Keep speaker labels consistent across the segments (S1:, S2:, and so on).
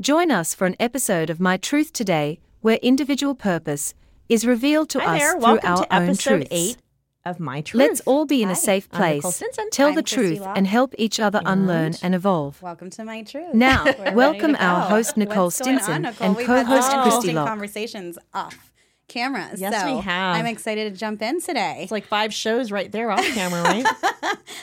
S1: Join us for an episode of My Truth Today, where individual purpose is revealed to
S2: Hi
S1: us
S2: there.
S1: through
S2: Welcome
S1: our
S2: to
S1: own
S2: episode
S1: truths.
S2: eight of My Truth.
S1: Let's all be in
S3: Hi,
S1: a safe
S2: I'm Nicole
S1: place,
S2: Stinson.
S1: tell
S3: I'm
S1: the
S3: Christy
S1: truth,
S3: Locke.
S1: and help each other unlearn and evolve.
S3: Welcome to my truth.
S1: Now,
S3: We're ready
S1: welcome
S3: to
S1: our
S3: go.
S1: host, Nicole
S3: What's going on,
S1: Stinson,
S3: Nicole?
S1: and
S3: We've
S1: co-host
S3: had some
S2: Christy
S3: interesting
S1: Locke.
S3: conversations off camera.
S2: Yes,
S3: so
S2: we have.
S3: I'm excited to jump in today.
S2: It's like five shows right there off camera, right?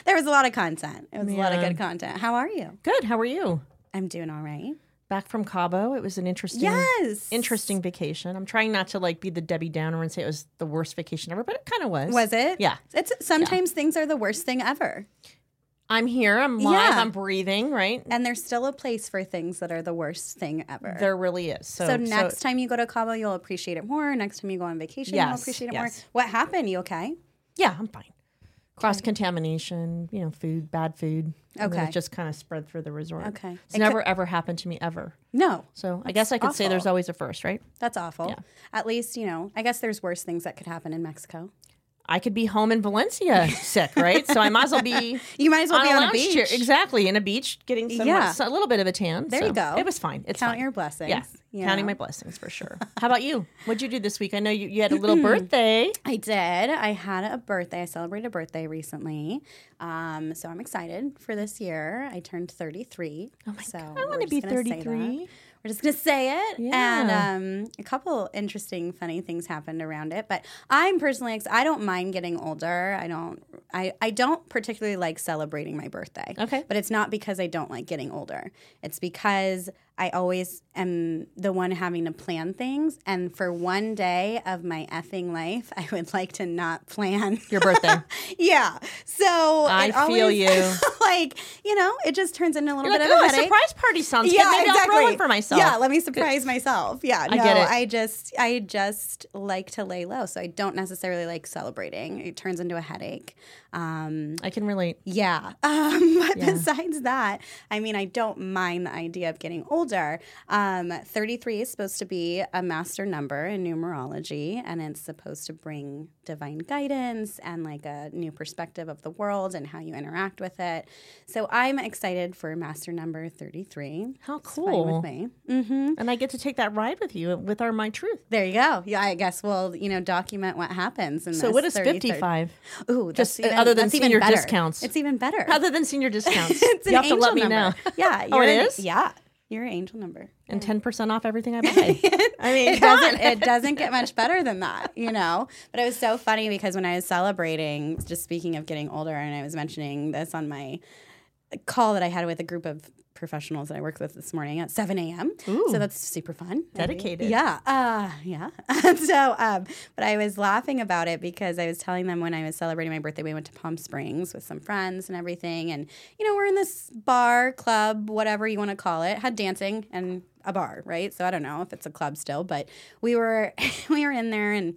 S3: there was a lot of content. It was a lot of
S2: Yeah.
S3: good content. How are you?
S2: Good. How are you?
S3: I'm doing all right.
S2: Back from Cabo. It was an interesting,
S3: Yes.
S2: interesting vacation. I'm trying not to like be the Debbie Downer and say it was the worst vacation ever, but it kind of was.
S3: Was it?
S2: Yeah.
S3: It's sometimes things are the worst thing ever,
S2: I'm here. I'm live.
S3: Yeah.
S2: I'm breathing. Right.
S3: and there's still a place for things that are the worst thing ever.
S2: There really is. So,
S3: so, next time you go to Cabo, you'll appreciate it more. Next time you go on vacation, you'll
S2: Yes,
S3: appreciate it
S2: yes.
S3: more. What happened? You okay?
S2: yeah, I'm fine. Cross contamination, you know, food, bad food. and then
S3: Okay.
S2: It just kind of spread through the resort.
S3: Okay.
S2: It's
S3: It could-
S2: never ever happened to me ever.
S3: No,
S2: So I guess I could say
S3: awful.
S2: there's always a first, right?
S3: that's awful. At least you know. I guess there's worse things that could happen in Mexico.
S2: I could be home in Valencia sick, right? So I might as well be
S3: You might as well
S2: on
S3: be
S2: a
S3: on a
S2: lounge
S3: beach.
S2: chair. Exactly, in a beach, getting some,
S3: Yeah.
S2: a little bit of a tan.
S3: There
S2: so
S3: you go.
S2: It was fine. It's
S3: Count
S2: fine.
S3: your blessings.
S2: Yeah,
S3: you
S2: counting
S3: know.
S2: my blessings for sure. How about you? What'd you do this week? I know you, you had a little birthday.
S3: I did. I had a birthday. I celebrated a birthday recently. Um, so I'm excited for this year. I turned 33. Oh my so
S2: I want to be 33.
S3: We're just gonna say it.
S2: Yeah.
S3: And um, a couple interesting, funny things happened around it. But I'm personally, ex- I don't mind getting older. I don't, I, I don't particularly like celebrating my birthday.
S2: Okay.
S3: But it's not because I don't like getting older. It's because I always am the one having to plan things. And for one day of my effing life, I would like to not plan.
S2: Your birthday.
S3: yeah. So
S2: I
S3: it
S2: feel
S3: always-
S2: you.
S3: like you know, it just turns into a little
S2: You're like,
S3: bit of
S2: oh,
S3: a
S2: a
S3: headache.
S2: surprise party sounds good. Maybe I'll throw one for myself.
S3: Yeah, let me surprise myself. Yeah,
S2: I
S3: no,
S2: get it.
S3: I just I just like to lay low, so I don't necessarily like celebrating. It turns into a headache. Um,
S2: I can relate.
S3: yeah. Um, but besides that, I mean, I don't mind the idea of getting older. Um, 33 is supposed to be a master number in numerology, and it's supposed to bring divine guidance and like a new perspective of the world and how you interact with it. So I'm excited for master number 33.
S2: How
S3: It's fine
S2: cool.
S3: with me. hmm
S2: And I get to take that ride with you with our My Truth.
S3: There you go. Yeah, I guess we'll, you know, document what happens. In
S2: So
S3: this
S2: what is
S3: 33rd
S2: 55?
S3: Ooh, that's
S2: Just, uh,
S3: even,
S2: other than
S3: that's even
S2: senior
S3: better.
S2: discounts.
S3: It's even better.
S2: Other than senior discounts.
S3: it's an
S2: you have to
S3: angel
S2: let me
S3: number.
S2: know.
S3: Yeah.
S2: Oh, it
S3: you're-
S2: is?
S3: Yeah. Your angel number.
S2: And 10% off everything I buy. I mean,
S3: It
S2: come on.
S3: doesn't, it doesn't get much better than that, you know? But it was so funny because when I was celebrating, just speaking of getting older, and I was mentioning this on my call that I had with a group of professionals that I worked with this morning at 7 a.m. So that's super fun.
S2: Dedicated.
S3: Yeah. Uh, yeah. so, um, but I was laughing about it because I was telling them when I was celebrating my birthday, we went to Palm Springs with some friends and everything. And, you know, we're in this bar, club, whatever you want to call it, had dancing and a bar, right? So I don't know if it's a club still, but we were, we were in there and,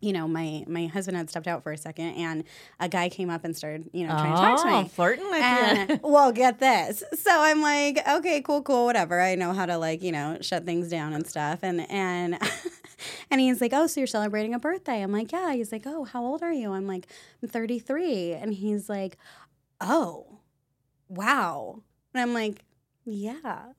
S3: you know, my, my husband had stepped out for a second and a guy came up and started, you know, trying to talk to
S2: Oh,
S3: me.
S2: flirting with you.
S3: And well, get this. So I'm like, okay, cool, cool, whatever. I know how to like, you know, shut things down and stuff. And and and he's like, oh, so you're celebrating a birthday? I'm like, yeah. He's like, oh, how old are you? I'm like, I'm 33. And he's like, oh, wow. And I'm like, yeah.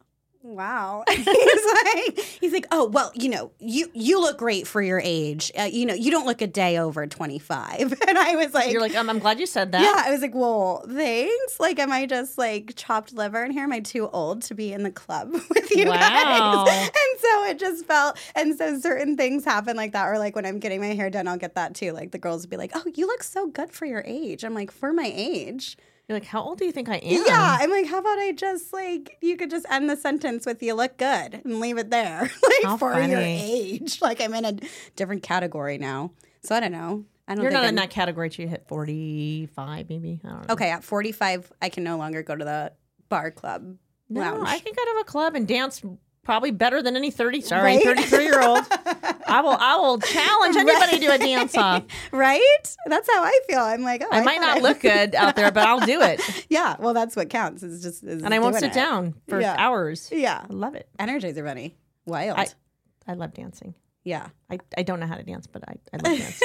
S3: Wow. he's like he's like, "Oh, well, you know, you you look great for your age. Uh, you know, you don't look a day over 25." And I was like
S2: You're like, um, I'm glad you said that.
S3: yeah, I was like, well, thanks. Like, am I just like chopped liver in here? Am I too old to be in the club with you
S2: Wow.
S3: guys? And so it just felt, and so certain things happen like that. Or like when I'm getting my hair done, I'll get that too. Like the girls would be like, oh, you look so good for your age. I'm like, for my age?
S2: You're like, how old do you think I am?
S3: Yeah. I'm like, how about I just like, you could just end the sentence with you look good and leave it there. Like
S2: How
S3: for your
S2: funny.
S3: age. Like I'm in a different category now. So I don't know. I don't
S2: You're
S3: think
S2: not
S3: I'm-
S2: in that category till you hit 45, maybe. I don't know.
S3: okay, at 45, I can no longer go to the bar club
S2: No,
S3: lounge.
S2: I can go to a club and dance probably better than any 30, sorry,
S3: Right?
S2: 33 year old. I will, I will challenge anybody to a dance off.
S3: right? That's how I feel. I'm like, oh,
S2: I might
S3: thought
S2: not look good out there, but I'll do it.
S3: yeah, well, that's what counts. Is just is
S2: And I won't
S3: doing
S2: sit
S3: it.
S2: down for
S3: Yeah.
S2: hours.
S3: Yeah,
S2: I love it.
S3: Energizer Bunny, wild.
S2: I, I love dancing.
S3: Yeah.
S2: I, I don't know how to dance, but I, I love dance.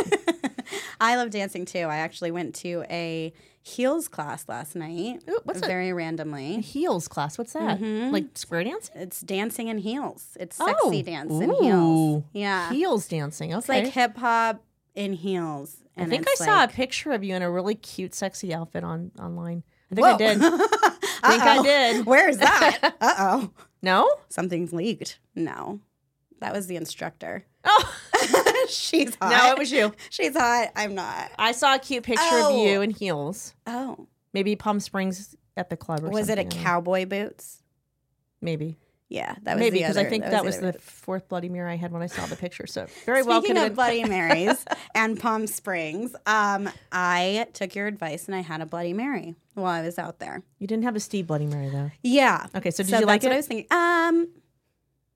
S3: I love dancing too. I actually went to a heels class last night.
S2: Ooh, what's a-
S3: very randomly.
S2: Heels class. What's that?
S3: Mm-hmm.
S2: Like square dancing?
S3: It's dancing in heels. It's sexy dance in
S2: Oh, Ooh.
S3: heels. Yeah.
S2: Heels dancing. Okay.
S3: It's like hip hop in heels.
S2: I think I saw a picture of you in a really cute, sexy outfit on online. I think I did.
S3: I
S2: think I did.
S3: Where is that? uh oh.
S2: No?
S3: Something's leaked. No. That was the instructor.
S2: Oh,
S3: She's hot.
S2: no, it was you.
S3: She's hot. I'm not.
S2: I saw a cute picture
S3: Oh.
S2: of you in heels.
S3: Oh.
S2: Maybe Palm Springs at the club or
S3: Was it a
S2: something. I don't know.
S3: cowboy boots?
S2: Maybe.
S3: Yeah, that was
S2: Maybe
S3: the
S2: because I
S3: other-
S2: think that was,
S3: other
S2: the fourth Bloody Mary I had when I saw the picture. So very well could
S3: Speaking
S2: have
S3: of
S2: been-
S3: Bloody Marys and Palm Springs, um, I took your advice and I had a Bloody Mary while I was out there.
S2: You didn't have a Steve Bloody Mary though.
S3: Yeah.
S2: Okay, so did
S3: so
S2: you
S3: that's
S2: like
S3: what I
S2: it?
S3: was thinking. Um,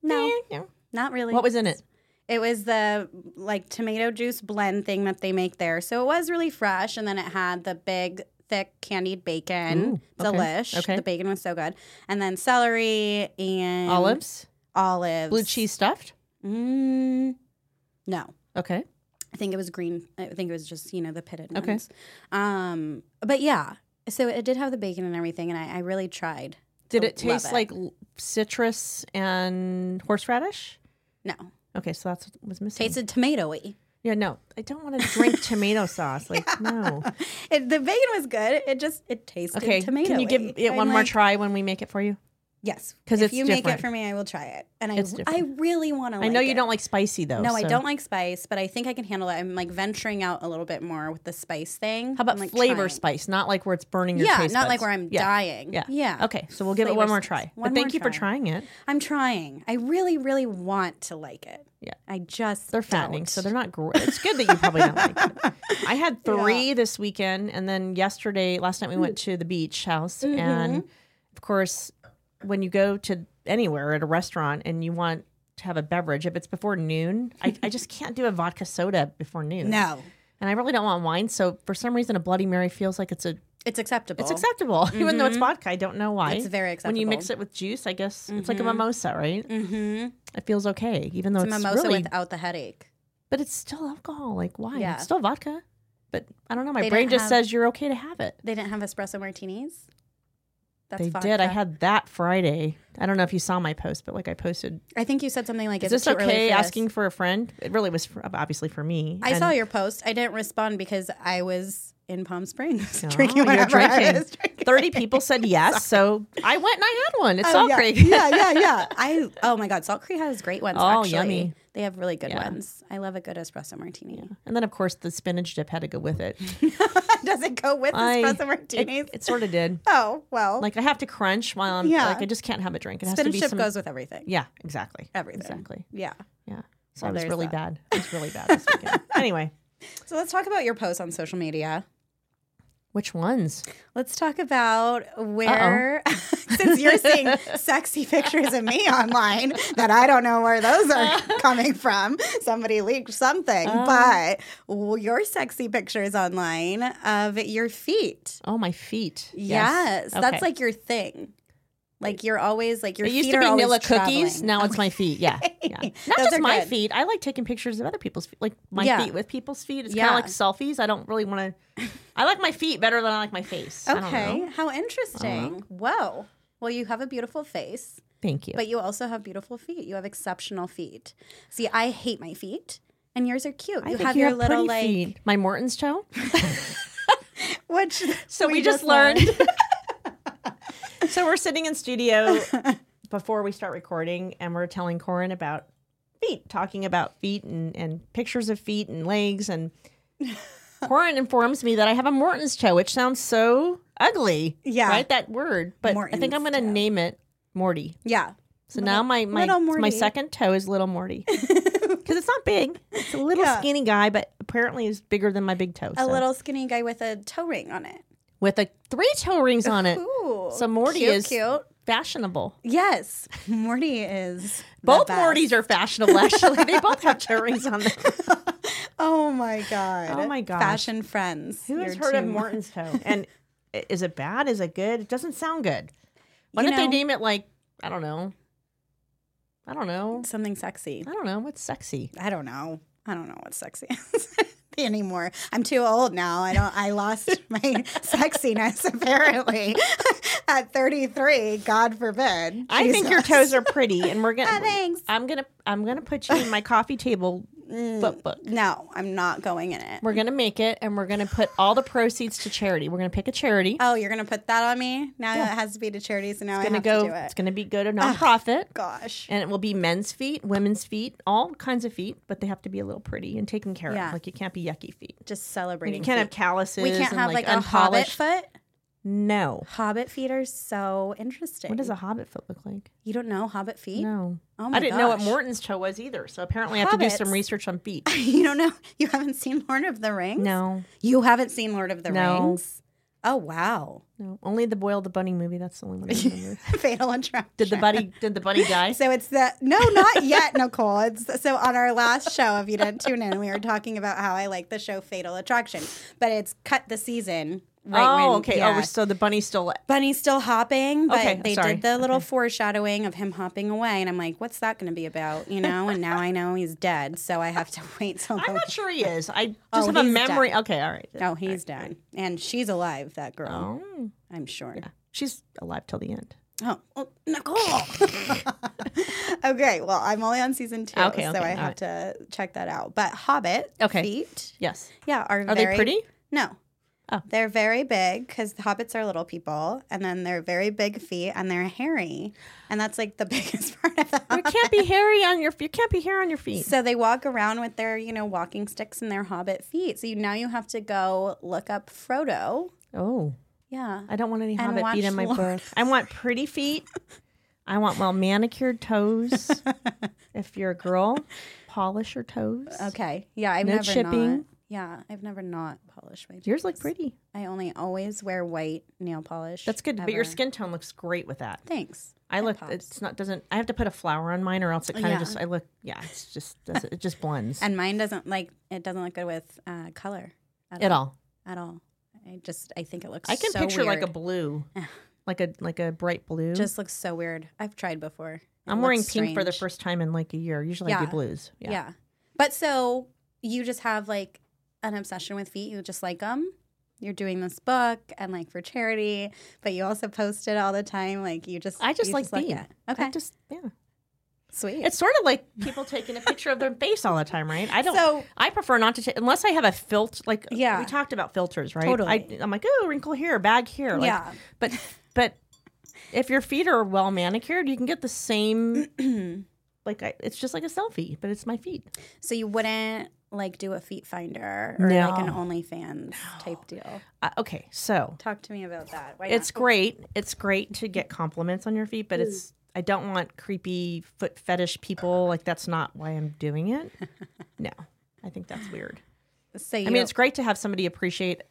S3: no,
S2: Yeah.
S3: not really.
S2: What was in it?
S3: It was the like tomato juice blend thing that they make there. So it was really fresh, and then it had the big thick candied bacon,
S2: Ooh, okay,
S3: delish.
S2: okay.
S3: The bacon was so good, and then celery and
S2: Olives,
S3: olives,
S2: blue cheese stuffed.
S3: Mm, no.
S2: Okay.
S3: I think it was green. I think it was just you know the pitted ones.
S2: Okay.
S3: Um, but yeah, so it did have the bacon and everything, and I, I really tried.
S2: Did
S3: to
S2: it taste
S3: love
S2: like l- citrus and horseradish?
S3: no?
S2: Okay, so that's what was missing.
S3: Tasted tomatoey.
S2: yeah, no, I don't want to drink tomato sauce. Like, no.
S3: It, the bacon was good. It just it tasted
S2: Okay,
S3: tomato.
S2: can you give it one more try when we make it for you?
S3: Yes,
S2: 'Cause
S3: if
S2: it's
S3: you make
S2: different.
S3: it for me, I will try it, and I
S2: It's
S3: I
S2: different.
S3: really want to.
S2: I know you don't like spicy though.
S3: No, I
S2: so-
S3: don't like spice, but I think I can handle it. I'm like venturing out a little bit more with the spice thing.
S2: How about
S3: I'm, like,
S2: flavor
S3: trying.
S2: spice? Not like where it's burning your
S3: Yeah,
S2: taste
S3: not like
S2: buds.
S3: where I'm
S2: yeah.
S3: dying.
S2: Yeah.
S3: yeah.
S2: Okay, so we'll give it
S3: Flavor
S2: one more
S3: spice.
S2: try.
S3: One
S2: but thank
S3: more
S2: you for
S3: try.
S2: trying it.
S3: I'm trying. I really, really want to like it.
S2: Yeah.
S3: I just
S2: They're fattening,
S3: don't.
S2: so they're not great. It's good that you probably don't like it. I had three this weekend, and then yesterday, last night we went to the beach house,
S3: Mm-hmm.
S2: and of course, when you go to anywhere at a restaurant and you want to have a beverage, if it's before noon, I, I just can't do a vodka soda before noon.
S3: No,
S2: and I really don't want wine, so for some reason, a Bloody Mary feels like it's a
S3: it's acceptable.
S2: it's acceptable, even though it's vodka. I don't know why.
S3: mm-hmm. It's very
S2: When you
S3: acceptable.
S2: mix it with juice, I guess it's like a mimosa, right? Mm-hmm. It feels okay, even though
S3: It's
S2: it's,
S3: a mimosa
S2: really
S3: without the headache.
S2: but it's still alcohol. Like, why?
S3: Yeah.
S2: It's still vodka. But I don't know. My
S3: They
S2: brain
S3: didn't
S2: just
S3: have-
S2: says you're okay to have it.
S3: They didn't have espresso martinis. That's
S2: they
S3: vodka.
S2: did. I had that Friday. I don't know if you saw my post, but like I posted,
S3: I think you said something like,
S2: is,
S3: "Is,
S2: this
S3: it too early
S2: okay
S3: for this?"
S2: asking for a friend? It really was for, obviously for me.
S3: I
S2: And
S3: saw your post. I didn't respond because I was in Palm Springs
S2: No,
S3: drinking
S2: Oh, you're
S3: whatever I
S2: drinking.
S3: was drinking. Oh,
S2: 30 people said yes. so I went and I had one. It's Salt
S3: yeah.
S2: Creek.
S3: yeah, yeah, yeah. I oh my god, Salt Creek has great ones.
S2: Oh,
S3: actually.
S2: yummy.
S3: They have really good
S2: Yeah.
S3: ones. I love a good espresso martini.
S2: And then, of course, the spinach dip had to go with it.
S3: Does it go with
S2: I-
S3: espresso
S2: It,
S3: martinis?
S2: it sort of did.
S3: oh well,
S2: Like, I have to crunch while I'm,
S3: Yeah.
S2: like, I just can't have a drink. It has to
S3: spinach
S2: be
S3: dip
S2: some,
S3: goes with everything.
S2: Yeah, exactly.
S3: Everything.
S2: Exactly.
S3: Yeah.
S2: Yeah. So
S3: Well,
S2: I was
S3: there's
S2: really
S3: that.
S2: bad. I was really bad this weekend. anyway,
S3: So let's talk about your posts on social media.
S2: which ones?
S3: Let's talk about where, since you're seeing sexy pictures of me online that I don't know where those are
S2: Uh-huh.
S3: coming from. Somebody leaked something, but w- your sexy pictures online of your feet.
S2: Oh, my feet.
S3: Yes,
S2: Okay.
S3: that's like your thing. Like you're always like your
S2: It
S3: feet
S2: used to be
S3: are always
S2: Nilla cookies.
S3: traveling.
S2: Now it's my feet. Yeah. yeah. Not
S3: Those
S2: just
S3: are
S2: my
S3: good.
S2: feet. I like taking pictures of other people's feet, like my
S3: Yeah.
S2: feet with people's feet. It's
S3: Yeah.
S2: kind of like selfies. I don't really want to. I like my feet better than I like my face. I don't
S3: Okay,
S2: know. Uh-huh.
S3: how interesting. Whoa. Well, you have a beautiful face,
S2: Thank you.
S3: but you also have beautiful feet. You have exceptional feet. See, I hate my feet, and yours are cute.
S2: I
S3: you
S2: think
S3: have your little
S2: pretty
S3: like
S2: feet. My Morton's toe.
S3: which
S2: So we, just learned. so we're sitting in studio before we start recording, and we're telling Corin about feet, talking about feet and, and pictures of feet and legs. And Corin informs me that I have a Morton's toe, which sounds so ugly.
S3: Yeah.
S2: right. That word, but I think
S3: Morton's
S2: I'm going to
S3: toe.
S2: name it Morty.
S3: Yeah.
S2: So now my my
S3: little
S2: my
S3: Morty.
S2: second toe is little Morty because it's not big. It's a little
S3: Yeah.
S2: skinny guy, but apparently is bigger than my big toe.
S3: A
S2: so.
S3: little skinny guy with a toe ring on it.
S2: with a three toe rings on it.
S3: Ooh.
S2: So Morty
S3: cute,
S2: is
S3: cute.
S2: fashionable.
S3: Yes. Morty is the
S2: Both
S3: best.
S2: Mortys are fashionable. Actually, they both have toe rings on them.
S3: Oh my god.
S2: Oh my gosh.
S3: Fashion friends.
S2: Who has
S3: You're
S2: heard of
S3: too-
S2: Morton's toe? And i- is it bad? Is it good? It doesn't sound good. Why
S3: You
S2: don't they
S3: know-
S2: name it like I don't know, I don't know.
S3: Something sexy.
S2: I don't know. What's sexy?
S3: I don't know. I don't know what sexy is anymore. I'm too old now. I don't I lost my sexiness apparently at 33. God forbid.
S2: I think your
S3: Jesus.
S2: toes are pretty, and we're gonna.
S3: Ah, thanks. Mm.
S2: I'm gonna. I'm gonna put you in my coffee table foot book.
S3: No, I'm not going in it.
S2: We're gonna make it, and we're gonna put all the proceeds to charity. We're gonna pick a charity.
S3: Oh, you're gonna put that on me? Now it has to be to charity, so now I
S2: gonna
S3: have
S2: go.
S3: to do it. Ah.
S2: It's gonna be go to nonprofit,
S3: Gosh.
S2: and it will be men's feet, women's feet, all kinds of feet, but they have to be a little pretty and taken care
S3: Yeah.
S2: of. Like you can't be yucky feet.
S3: Just
S2: And
S3: celebrating.
S2: you can't have
S3: feet.
S2: calluses.
S3: we can't
S2: and,
S3: have like,
S2: like,
S3: a hobbit
S2: unpolished.
S3: foot.
S2: No.
S3: Hobbit feet are so interesting.
S2: What does a hobbit foot look like?
S3: You don't know hobbit feet?
S2: No.
S3: Oh my
S2: I didn't know what
S3: gosh.
S2: Morton's toe was either. So apparently I have to do some
S3: Hobbits.
S2: research on feet.
S3: You don't know? You haven't seen Lord of the Rings?
S2: No.
S3: You haven't seen Lord of the
S2: No.
S3: Rings? Oh wow.
S2: No. Only the Boyle the Bunny movie. That's the only one I remember.
S3: Fatal attraction.
S2: did the bunny did the bunny die?
S3: So it's the no, not yet, Nicole. It's so on our last show, if you didn't tune in, we were talking about how I like the show Fatal Attraction, but it's cut the season.
S2: oh,
S3: when-
S2: okay. Oh,
S3: yeah.
S2: we're- so the bunny's still
S3: Bunny's still hopping, but
S2: Okay,
S3: they
S2: sorry.
S3: did the little foreshadowing of him hopping away, and I'm like, what's that going to be about, you know? And now I know he's dead, so I have to wait till.
S2: I'm
S3: the-
S2: not sure he is. I just
S3: Oh,
S2: have a
S3: he's
S2: memory. Okay, all right.
S3: No, he's dead, and she's alive. That girl,
S2: Oh.
S3: I'm sure.
S2: She's alive till the end.
S3: Oh, well, Nicole. okay, well, I'm only on season two,
S2: Okay,
S3: so
S2: okay,
S3: I
S2: all
S3: have to check that out. But Hobbit
S2: Okay.
S3: feet,
S2: Yes.
S3: yeah, are
S2: Are
S3: very,
S2: they pretty?
S3: No.
S2: Oh.
S3: They're very big because the hobbits are little people, and then they're very big feet, and they're hairy, and that's like the biggest part of the
S2: You
S3: hobbit.
S2: can't be hairy on your you can't be hair on your feet.
S3: So they walk around with their, you know, walking sticks and their hobbit feet. So you, now you have to go look up Frodo.
S2: Oh.
S3: Yeah,
S2: I don't want any hobbit
S3: watch
S2: feet in my
S3: Lord-
S2: book. I want pretty feet. I want well manicured toes. if you're a girl, polish your toes.
S3: Okay. Yeah, I've
S2: No
S3: never
S2: chipping.
S3: not. Yeah, I've never not polished my.
S2: Yours look
S3: toes.
S2: pretty.
S3: I only always wear white nail polish.
S2: That's good, but your
S3: ever.
S2: skin tone looks great with that.
S3: Thanks.
S2: I look.
S3: pops. Oh,
S2: It's not. Doesn't. I have to put a flower on mine, or else it kind of
S3: Yeah.
S2: just. I look. Yeah. It's just. doesn't- It just blends
S3: And mine doesn't like it doesn't look good with uh, color at,
S2: at
S3: all.
S2: all.
S3: At all. I just I think it looks.
S2: I can
S3: so
S2: picture like a
S3: weird.
S2: blue,
S3: Ugh.
S2: like a like a bright blue.
S3: Just looks so weird. I've tried before. It
S2: I'm wearing
S3: looks
S2: pink for the
S3: strange.
S2: first time in like a year. Usually I do
S3: Yeah.
S2: blues.
S3: Yeah.
S2: Yeah.
S3: But so you just have like an obsession with feet. You just like them. You're doing this book and like for charity, but you also post it all the time. Like you just
S2: I just
S3: you
S2: like
S3: look
S2: feet.
S3: at-
S2: I
S3: Okay,
S2: just yeah.
S3: sweet.
S2: It's sort of like people taking a picture of their face all the time, right? I don't.
S3: So-
S2: I prefer not to take unless I have a filter. Like
S3: Yeah.
S2: we talked about filters, right?
S3: Totally.
S2: I, I'm like, oh, wrinkle here, bag here. Like,
S3: Yeah.
S2: But but if your feet are well manicured, you can get the same. like I, it's just like a selfie, but it's my feet.
S3: So you wouldn't like do a feet finder or like an
S2: No.
S3: OnlyFans type deal.
S2: Uh, okay, so
S3: Talk to me about that. Why
S2: it's great. It's great to get compliments on your feet, but it's I don't want creepy foot fetish people. Like that's not why I'm doing it. No, I think that's weird.
S3: not? So you,
S2: I mean, it's great to have somebody appreciate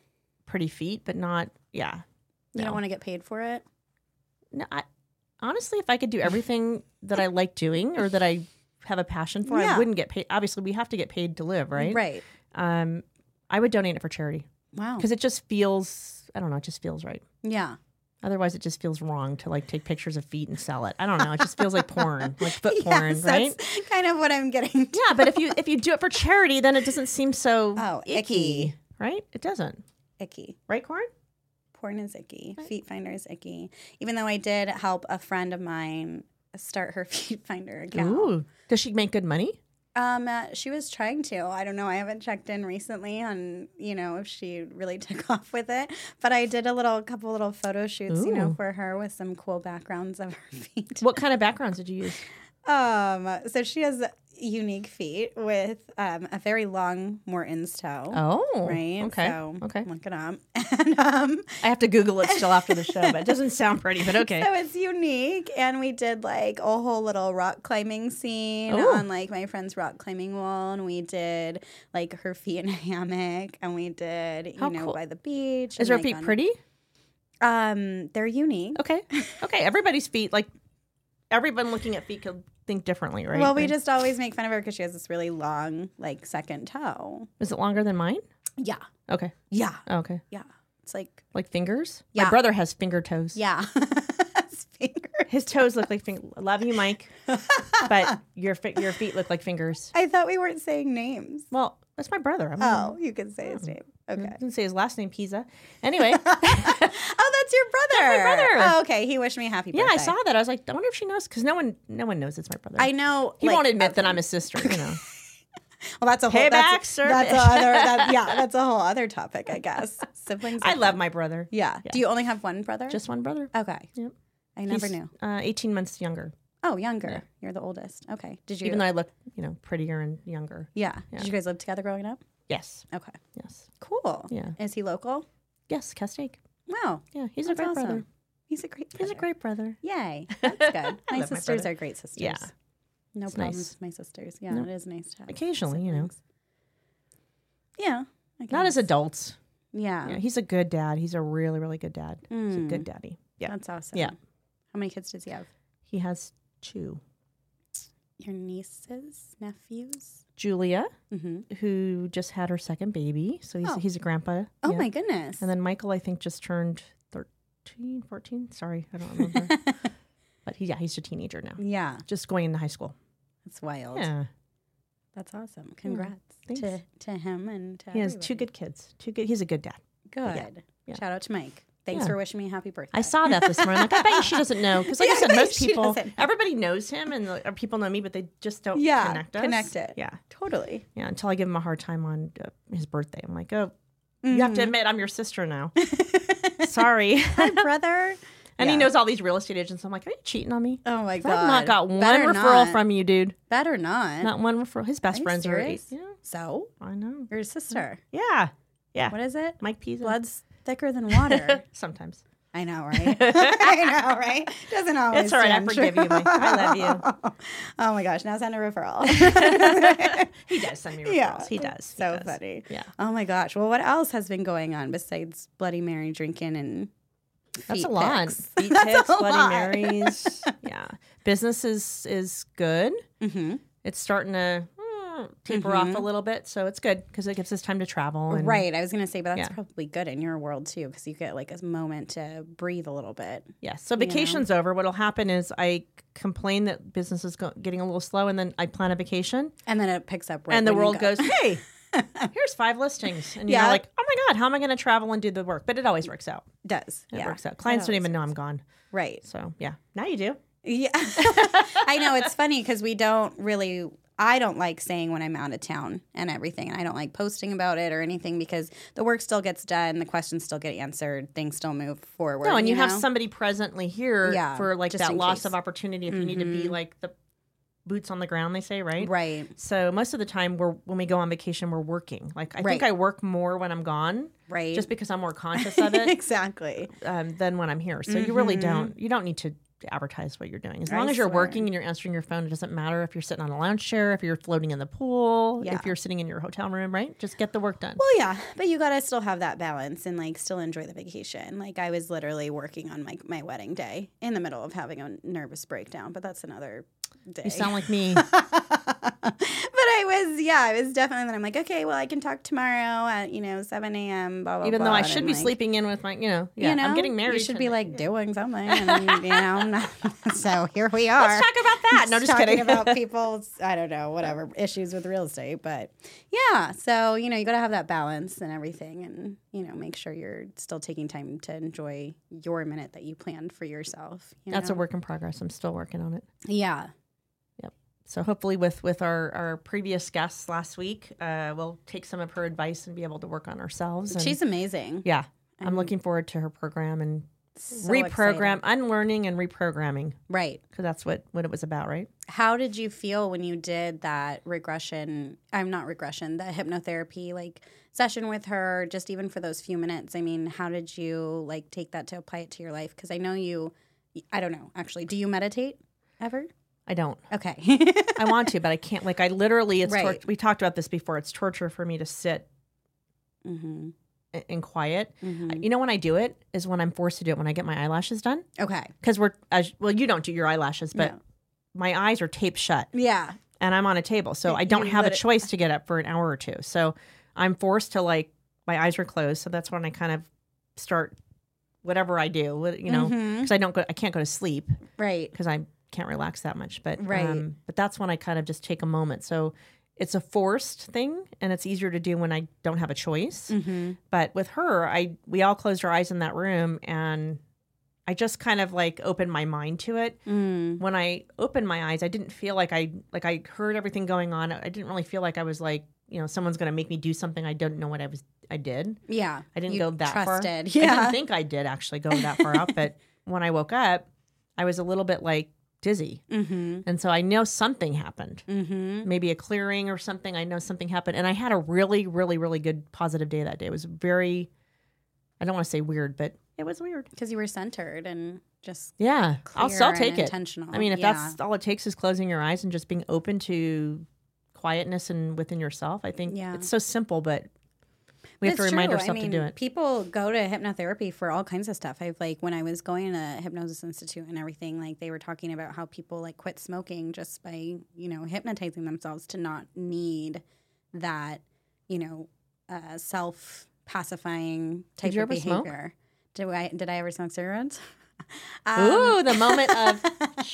S2: pretty feet, but not yeah.
S3: don't, you don't want to get paid for it.
S2: No, I, honestly, if I could do everything that I like doing or that I have a passion for,
S3: Yeah.
S2: I wouldn't get paid. Obviously, we have to get paid to live, right? Um, I would donate it for charity
S3: Wow.
S2: because it just feels I don't know, it just feels right.
S3: Yeah.
S2: Otherwise, it just feels wrong to like take pictures of feet and sell it. I don't know. It just feels like porn, like foot porn,
S3: Yes,
S2: right?
S3: That's kind of what I'm getting. To.
S2: Yeah, but if you if you do it for charity, then it doesn't seem so
S3: Oh, icky.
S2: icky, right? It doesn't,
S3: Icky.
S2: right, Corin?
S3: Porn is icky. Feet finder is icky. Even though I did help a friend of mine start her feet finder account.
S2: Ooh, does she make good money?
S3: Um, uh, she was trying to. I don't know. I haven't checked in recently on you know if she really took off with it. But I did a little couple little photo shoots, you know,
S2: Ooh.
S3: for her with some cool backgrounds of her feet.
S2: What kind of backgrounds did you use?
S3: Um, so she has unique feet with um, a very long Morton's toe.
S2: Oh,
S3: Right.
S2: Okay,
S3: So
S2: okay.
S3: Look it up. And um,
S2: I have to Google it still after the show, but it doesn't sound pretty. But okay.
S3: So it's unique, and we did like a whole little rock climbing scene
S2: Ooh.
S3: on like my friend's rock climbing wall, and we did like her feet in a hammock, and we did you
S2: How
S3: know
S2: cool.
S3: by the beach.
S2: Is
S3: and,
S2: her
S3: like,
S2: feet
S3: on-
S2: pretty?
S3: Um, they're unique.
S2: Okay. Okay. Everybody's feet, like everyone looking at feet, could think differently, right?
S3: Well, we
S2: Like,
S3: just always make fun of her because she has this really long like second toe.
S2: is it longer than mine?
S3: Yeah,
S2: Okay.
S3: yeah,
S2: Oh, okay.
S3: yeah. It's like
S2: Like fingers.
S3: Yeah.
S2: My brother has finger toes.
S3: yeah. It's finger
S2: His toes look like fingers. Love you, Mike. But your fi- your feet look like fingers.
S3: I thought we weren't saying names.
S2: Well, that's my brother. I'm
S3: Oh, you can say his name. Okay.
S2: I didn't say his last name, Pisa. Anyway,
S3: Oh, that's your brother.
S2: That's my brother.
S3: Oh, okay. He wished me happy
S2: yeah,
S3: birthday.
S2: I saw that. I was like, I wonder if she knows, because no one, no one knows it's my brother.
S3: I know.
S2: he
S3: like,
S2: won't admit that I'm his sister. You know,
S3: Well, that's a whole
S2: Payback
S3: that's,
S2: service.
S3: that's a other. That, yeah, that's a whole other topic, I guess. Siblings.
S2: I
S3: are
S2: love
S3: fun.
S2: my brother.
S3: Yeah. Do you only have one brother?
S2: Just one brother.
S3: okay.
S2: Yep.
S3: I never
S2: He's,
S3: knew.
S2: Uh, 18 months younger,
S3: Oh, younger. You're the oldest. Okay. Did you?
S2: even though I look, you know, prettier and younger.
S3: yeah.
S2: Yeah.
S3: Did you guys live together growing up?
S2: Yes,
S3: Okay.
S2: yes,
S3: Cool.
S2: Yeah.
S3: Is he local?
S2: yes. Castake.
S3: Wow.
S2: Yeah, he's
S3: That's
S2: a great
S3: awesome.
S2: brother.
S3: He's a great.
S2: He's a
S3: brother.
S2: great brother.
S3: Yay. That's good.
S2: I
S3: my
S2: love my
S3: sisters
S2: brother.
S3: are great sisters.
S2: Yeah.
S3: No
S2: It's
S3: problems
S2: nice.
S3: with my sisters. Yeah,
S2: No.
S3: it is nice to have.
S2: Occasionally, you know,
S3: siblings. Yeah. I
S2: not as
S3: guess.
S2: adults.
S3: Yeah. Hmm.
S2: Yeah, he's a good dad. He's a really, really good dad. He's a good daddy. Yeah,
S3: That's awesome.
S2: Yeah.
S3: How many kids does he have?
S2: he has two.
S3: Your nieces, nephews?
S2: Julia,
S3: Mm-hmm.
S2: who just had her second baby, so he's
S3: Oh.
S2: he's a grandpa.
S3: Oh
S2: yeah.
S3: my goodness.
S2: And then Michael, I think, just turned 13, 14. Sorry, I don't remember. but he, yeah, he's a teenager now,
S3: yeah,
S2: just going into high school.
S3: that's wild.
S2: Yeah,
S3: That's awesome. Congrats to,
S2: thanks.
S3: to him and to
S2: he has two
S3: everyone.
S2: good kids. Two good. He's a good dad.
S3: Good.
S2: Yeah.
S3: Shout out to Mike. Thanks
S2: Yeah.
S3: for wishing me happy birthday.
S2: I saw that this morning. Like, I bet she doesn't know because, like
S3: Yeah, I
S2: I said,
S3: bet
S2: most
S3: she
S2: people,
S3: doesn't.
S2: everybody knows him, and like, or people know me, but they just don't
S3: Yeah,
S2: connect us.
S3: connect it.
S2: Yeah.
S3: totally.
S2: Yeah, until I give him a hard time on uh, his birthday. I'm like, oh,
S3: Mm-hmm.
S2: you have to admit I'm your sister now. Sorry. and
S3: Brother.
S2: he
S3: Yeah.
S2: knows all these real estate agents. I'm like, are you cheating on me?
S3: Oh my
S2: 'Cause
S3: god.
S2: I've not got one
S3: Better
S2: referral
S3: not.
S2: from you, dude.
S3: Better not.
S2: Not one referral. His best
S3: Are you
S2: friends are
S3: serious?
S2: Yeah,
S3: So
S2: I know.
S3: your sister.
S2: Yeah. Yeah.
S3: What is it?
S2: Mike Pisa.
S3: Blood's thicker than water.
S2: Sometimes.
S3: I know, right? I know, right? Doesn't always.
S2: It's all right. I
S3: stand true.
S2: forgive you, Mike. I love
S3: Oh my gosh! Now send a referral.
S2: you. he does send me referrals.
S3: Yeah,
S2: he does. He
S3: so
S2: does.
S3: funny.
S2: Yeah.
S3: Oh my gosh. Well, what else has been going on besides Bloody Mary drinking and
S2: That's
S3: feet
S2: a lot.
S3: pics?
S2: Beat
S3: That's
S2: ticks,
S3: a
S2: Bloody
S3: lot.
S2: Marys. yeah. Business is is good.
S3: Mhm.
S2: it's starting to mm, taper off a little bit, so it's good because it gives us time to travel. And,
S3: Mm-hmm. Right. I was gonna say, but that's
S2: Yeah.
S3: probably good in your world too, because you get like a moment to breathe a little bit.
S2: Yeah. So vacation's over. What'll happen is I complain that business is go- getting a little slow, and then I plan a vacation,
S3: And then it picks up. Right
S2: and the
S3: when you
S2: world
S3: go.
S2: goes, "Hey, here's five listings," and
S3: Yeah.
S2: you're like, "Oh my god, how am I going to travel and do the work?" But it always works out.
S3: does.
S2: It
S3: yeah.
S2: works out. Clients don't
S3: always
S2: even know I'm gone.
S3: Right.
S2: So yeah, now you do.
S3: Yeah. I know it's funny because we don't really. I don't like saying when I'm out of town and everything, and I don't like posting about it or anything because the work still gets done, the questions still get answered, things still move forward.
S2: No, and you, have
S3: know?
S2: somebody presently here
S3: Yeah,
S2: for like
S3: just
S2: that
S3: in
S2: loss
S3: case. Mm-hmm.
S2: of opportunity. If you need to be like the boots on the ground, they say, right?
S3: right,
S2: So most of the time, we're when we go on vacation, we're working. Like I think
S3: Right.
S2: I work more when I'm gone,
S3: right,
S2: just because I'm more conscious of it
S3: exactly.
S2: um, than when I'm here. So you really
S3: Mm-hmm.
S2: don't you don't need to advertise what you're doing as
S3: I
S2: long as you're
S3: swear.
S2: working and you're answering your phone. It doesn't matter if you're sitting on a lounge chair, if you're floating in the pool,
S3: Yeah.
S2: if you're sitting in your hotel room. Right? Just get the work done.
S3: Well, yeah, but you gotta still have that balance and like still enjoy the vacation. Like I was literally working on my my wedding day in the middle of having a nervous breakdown, but that's another day.
S2: you sound like me.
S3: but I was, yeah, I was definitely. Then I'm like, okay, well, I can talk tomorrow at you know 7 a.m. Blah blah.
S2: Even though
S3: blah.
S2: I
S3: And
S2: should
S3: I'm
S2: be
S3: like,
S2: sleeping in with my, you know, yeah,
S3: you know,
S2: I'm getting married.
S3: You should be
S2: tonight.
S3: like doing something, and, you know. I'm not- so here we are.
S2: let's talk about that. No, just
S3: talking
S2: kidding.
S3: about people's, I don't know, whatever issues with real estate, but yeah. So you know, you got to have that balance and everything, and you know, make sure you're still taking time to enjoy your minute that you planned for yourself. You
S2: That's a
S3: know?
S2: work in progress. I'm still working on it.
S3: yeah.
S2: So hopefully, with with our our previous guests last week, uh, we'll take some of her advice and be able to work on ourselves. And,
S3: She's amazing.
S2: yeah, I'm, looking forward to her program and
S3: So
S2: reprogram,
S3: exciting.
S2: unlearning and reprogramming
S3: right?
S2: because that's what what it was about, right?
S3: how did you feel when you did that regression i'm not regression the hypnotherapy like session with her just even for those few minutes i mean how did you like take that to apply it to your life because i know you i don't know actually do you meditate ever
S2: I don't.
S3: okay
S2: I want to, but I can't. Like I literally, it's tor-
S3: Right.
S2: we talked about this before. It's torture for me to sit
S3: hmm
S2: i- in quiet.
S3: Mm-hmm.
S2: You know when I do it is when I'm forced to do it when I get my eyelashes done
S3: okay
S2: because we're as well. You don't do your eyelashes, but
S3: No.
S2: my eyes are taped shut.
S3: yeah
S2: and I'm on a table, so I don't have a
S3: lit it-
S2: choice to get up for an hour or two. So I'm forced to like my eyes are closed, so that's when I kind of start whatever I do, what- you
S3: Mm-hmm.
S2: know, because I don't go, I can't go to sleep
S3: Right.
S2: because I can't relax that much. But
S3: Right.
S2: um, but that's when I kind of just take a moment. So it's a forced thing, and it's easier to do when I don't have a choice.
S3: Mm.
S2: But with her, I we all closed our eyes in that room, and I just kind of like opened my mind to it.
S3: Mm-hmm.
S2: When I opened my eyes, I didn't feel like I like I heard everything going on. I didn't really feel like I was like you know someone's going to make me do something I don't know what I was I did.
S3: Yeah.
S2: I didn't
S3: You
S2: go that
S3: trusted.
S2: far. I
S3: Yeah.
S2: didn't think I did actually go that far up, but when I woke up, I was a little bit like dizzy.
S3: Mm-hmm.
S2: And so I know something happened.
S3: Mm-hmm.
S2: Maybe a clearing or something. I know something happened. And I had a really, really, really good positive day that day. It was very I don't want to say weird, but it was weird.
S3: Because you were centered and just
S2: Yeah. I'll
S3: clear
S2: still
S3: and
S2: take it.
S3: Intentional.
S2: I mean, if
S3: Oh, Yeah.
S2: that's all it takes is closing your eyes and just being open to quietness and within yourself, I think
S3: Yeah.
S2: it's so simple, but we
S3: But
S2: have to
S3: it's
S2: remind
S3: true. I
S2: ourselves
S3: mean,
S2: to do it.
S3: People go to hypnotherapy for all kinds of stuff. I've like when I was going to hypnosis institute and everything, like they were talking about how people like quit smoking just by you know hypnotizing themselves to not need that you know uh, self pacifying type
S2: you
S3: of
S2: ever smoke?
S3: behavior. Did I did I ever smoke cigarettes? Um,
S2: Ooh, the moment of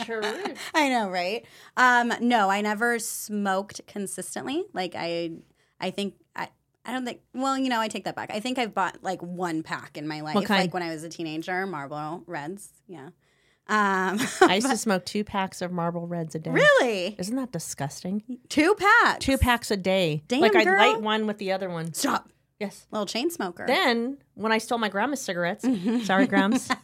S2: truth.
S3: I know, right? Um, no, I never smoked consistently. Like I, I think I, I don't think. Well, you know, I take that back. I think I've bought like one pack in my life,
S2: kind?
S3: like when I was a teenager, Marlboro Reds. Yeah. Um,
S2: I used to smoke two packs of Marble Reds a day.
S3: really,
S2: Isn't that disgusting?
S3: two packs.
S2: Two packs a day.
S3: Damn,
S2: like I'd
S3: girl.
S2: light one with the other one.
S3: Stop,
S2: Yes.
S3: little chain smoker.
S2: Then when I stole my grandma's cigarettes,
S3: Mm-hmm.
S2: sorry, Grams.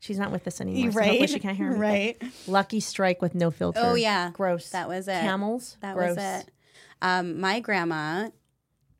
S2: She's not with us anymore. So hopefully she can't hear me. but
S3: Right.
S2: Lucky Strike with no filter.
S3: Oh yeah.
S2: Gross.
S3: That was it.
S2: Camels.
S3: That
S2: Gross.
S3: was it. Um, my grandma,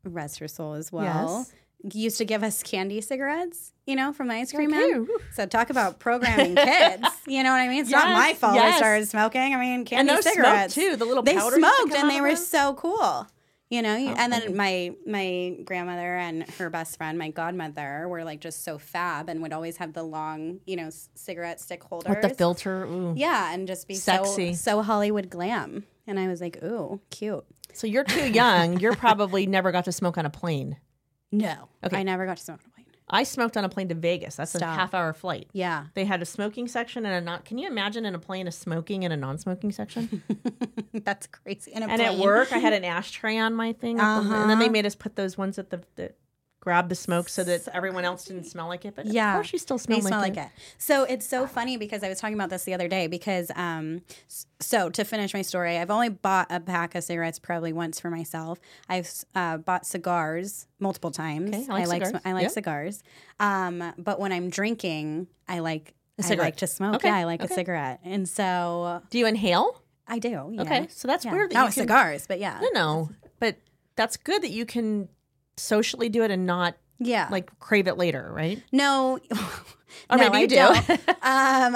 S3: rest her soul as well, used to give us candy cigarettes, you know, from the ice cream man.
S2: Ooh.
S3: So talk about programming kids. You know what I mean? It's not
S2: Yes,
S3: my fault
S2: yes.
S3: I started smoking. I mean,
S2: And
S3: candy
S2: those smoked
S3: cigarettes
S2: too. The little
S3: They
S2: powders that
S3: smoked
S2: come
S3: and
S2: out
S3: they
S2: of Oh,
S3: were
S2: those.
S3: so cool. You know, you- and then my my grandmother and her best friend, my godmother, were like just so fab and would always have the long, you know, s- cigarette stick holders.
S2: with the filter. Ooh.
S3: Yeah, and just be
S2: Sexy.
S3: so so Hollywood glam. And I was like, ooh, cute.
S2: So you're too young. You're probably never got to smoke on a plane.
S3: No,
S2: Okay.
S3: I never got to smoke on a plane.
S2: I smoked on a plane to Vegas. That's a
S3: Stop.
S2: half hour flight.
S3: Yeah,
S2: They had a smoking section and a not. Can you imagine in a plane a smoking and a non-smoking section?
S3: that's crazy. In a
S2: and at
S3: plane. Uh-huh.
S2: work, I had an ashtray on my thing, at the- and then they made us put those ones at the that grab the smoke so that everyone else didn't smell like it. But
S3: Yeah.
S2: of course, you still
S3: They
S2: smell, like,
S3: smell like
S2: it.
S3: it. So it's so funny because I was talking about this the other day because um s- so to finish my story, I've only bought a pack of cigarettes probably once for myself. I've uh, bought cigars multiple times.
S2: Okay, I like
S3: sm-
S2: cigars.
S3: I like
S2: Yeah.
S3: cigars. Um, but when I'm drinking, I like I
S2: cigarette.
S3: like to smoke.
S2: Okay,
S3: Yeah, I like
S2: okay.
S3: a cigarette, and so
S2: Do you inhale?
S3: I do. Yeah.
S2: Okay, so that's
S3: Yeah.
S2: weird. That
S3: Not
S2: you
S3: with
S2: can-
S3: cigars, but yeah.
S2: No, no, but that's good that you can socially do it and not
S3: Yeah.
S2: like crave it later, right?
S3: No.
S2: Or
S3: no,
S2: maybe you
S3: I
S2: do.
S3: not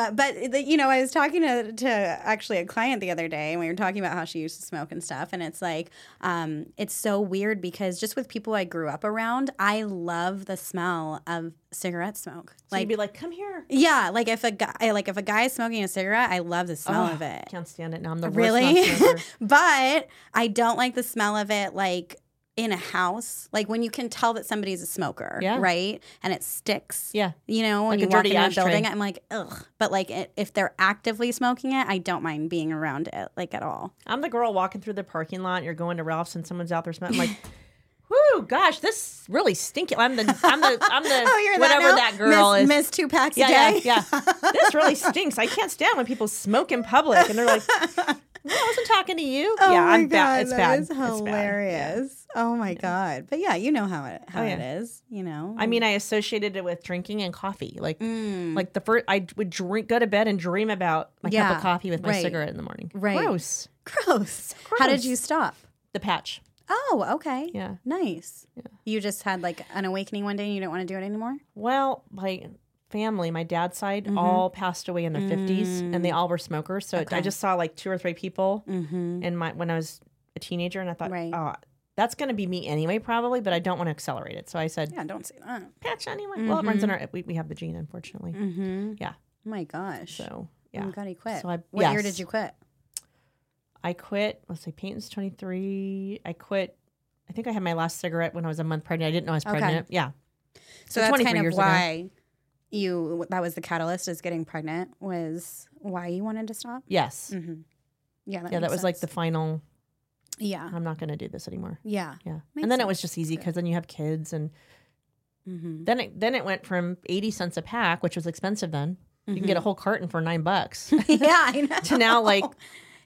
S3: um, but the, you know, I was talking to, to actually a client the other day, and we were talking about how she used to smoke and stuff. And it's like, um, it's so weird because just with people I grew up around, I love the smell of cigarette smoke.
S2: So
S3: Like,
S2: you'd be like, "Come here."
S3: yeah, like if a guy, like if a guy is smoking a cigarette, I love the smell
S2: Ugh,
S3: of it.
S2: Can't stand it now. I'm the
S3: Really?
S2: worst non-smoker.
S3: But I don't like the smell of it like in a house, like when you can tell that somebody's a smoker,
S2: Yeah.
S3: right? And it sticks.
S2: yeah.
S3: You know, when
S2: Like a
S3: you walk
S2: dirty
S3: into a
S2: ashtray.
S3: building, I'm like, ugh. But like, it, if they're actively smoking it, I don't mind being around it, like at all.
S2: I'm the girl walking through the parking lot. You're going to Ralph's and someone's out there smelling like, "Whoo, gosh, this really stinky." I'm the, I'm the, I'm the, whatever
S3: Oh, now?
S2: that, girl
S3: miss,
S2: is.
S3: Miss two packs
S2: yeah,
S3: a
S2: yeah,
S3: day.
S2: yeah. this really stinks. I can't stand when people smoke in public and they're like, "No, I wasn't talking to you."
S3: Oh
S2: yeah,
S3: my
S2: I'm
S3: god,
S2: bad. It's
S3: that
S2: bad.
S3: is
S2: It's bad.
S3: hilarious. Oh my god! But yeah, you know how it how
S2: Oh, yeah.
S3: it is. You know,
S2: I mean, I associated it with drinking and coffee. Like,
S3: Mm.
S2: like the first, I would drink, go to bed and dream about my cup
S3: Yeah,
S2: of coffee with my
S3: right.
S2: cigarette in the morning.
S3: Right.
S2: Gross.
S3: gross. How did
S2: gross.
S3: you stop?
S2: The patch.
S3: Oh, okay.
S2: Yeah.
S3: Nice. You just had like an awakening one day and you don't want to do it anymore?
S2: Well, my family, my dad's side,
S3: Mm-hmm.
S2: all passed away in their fifties, and they
S3: Mm.
S2: all were smokers. So I just saw like two or three people
S3: Mm-hmm.
S2: in my when I was a teenager, and I thought,
S3: Right.
S2: oh, that's going to be me anyway, probably. But I don't want to accelerate it, so I said,
S3: Yeah, Mm-hmm. don't say that.
S2: patch anyway. Well, it runs in our we, we have the gene, unfortunately.
S3: Mm-hmm.
S2: Yeah.
S3: my gosh.
S2: So
S3: Oh
S2: yeah,
S3: my God, he quit.
S2: So I-
S3: what year
S2: yes.
S3: did you quit?
S2: I quit. Let's see, Peyton's twenty three. I quit. I think I had my last cigarette when I was a month pregnant. I didn't know I was
S3: Okay.
S2: pregnant. Yeah.
S3: So
S2: So
S3: that's
S2: 23
S3: kind of
S2: years ago.
S3: why you that was the catalyst is getting pregnant was why you wanted to stop.
S2: Yes.
S3: Mm-hmm. Yeah, that
S2: yeah, that
S3: makes
S2: was like the
S3: sense.
S2: final.
S3: yeah,
S2: I'm not going to do this anymore.
S3: yeah,
S2: Yeah.
S3: Makes
S2: and then it
S3: sense.
S2: was just easy because then you have kids, and
S3: mm-hmm.
S2: then it then it went from 80 cents a pack, which was expensive then. You can get a
S3: Mm-hmm.
S2: whole carton for nine bucks.
S3: yeah. I know.
S2: to now like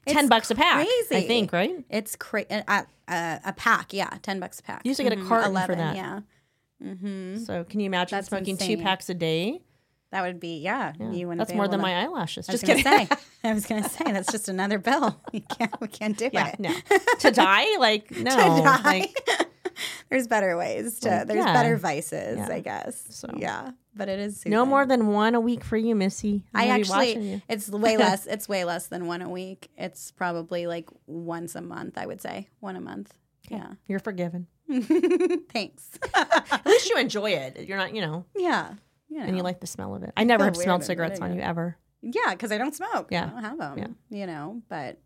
S2: ten
S3: It's
S2: bucks a pack. I
S3: crazy. Mm-hmm.
S2: think right.
S3: It's cra- a, a, a pack, yeah, ten bucks a pack.
S2: You used to get a carton for that.
S3: yeah. Mm-hmm.
S2: So can you imagine
S3: That's
S2: smoking
S3: insane.
S2: two packs a day?
S3: That would be yeah. You wouldn't.
S2: That's
S3: be
S2: more
S3: able
S2: than
S3: to-
S2: my eyelashes.
S3: I was
S2: Just
S3: gonna
S2: kidding.
S3: say. I was gonna say that's just another bill. You can't. We can't do
S2: yeah,
S3: it.
S2: no. to die? Like no.
S3: die.
S2: Like
S3: There's better ways to.
S2: Like,
S3: there's
S2: yeah.
S3: better vices,
S2: Yeah.
S3: I guess.
S2: So.
S3: Yeah, but it is
S2: no
S3: soothing.
S2: more than one a week for you, Missy.
S3: I
S2: I'm gonna be watching you.
S3: actually, it's way less. It's way less than one a week. It's probably like once a month. I would say one a month. Yeah.
S2: You're forgiven.
S3: Thanks.
S2: At least you enjoy it. You're not, you know,
S3: yeah. You know.
S2: and you like the smell of it. I never
S3: feel
S2: have
S3: weird
S2: smelled
S3: admitting
S2: cigarettes on
S3: it.
S2: you ever.
S3: Yeah, because I don't smoke.
S2: Yeah.
S3: I don't have them. You know, but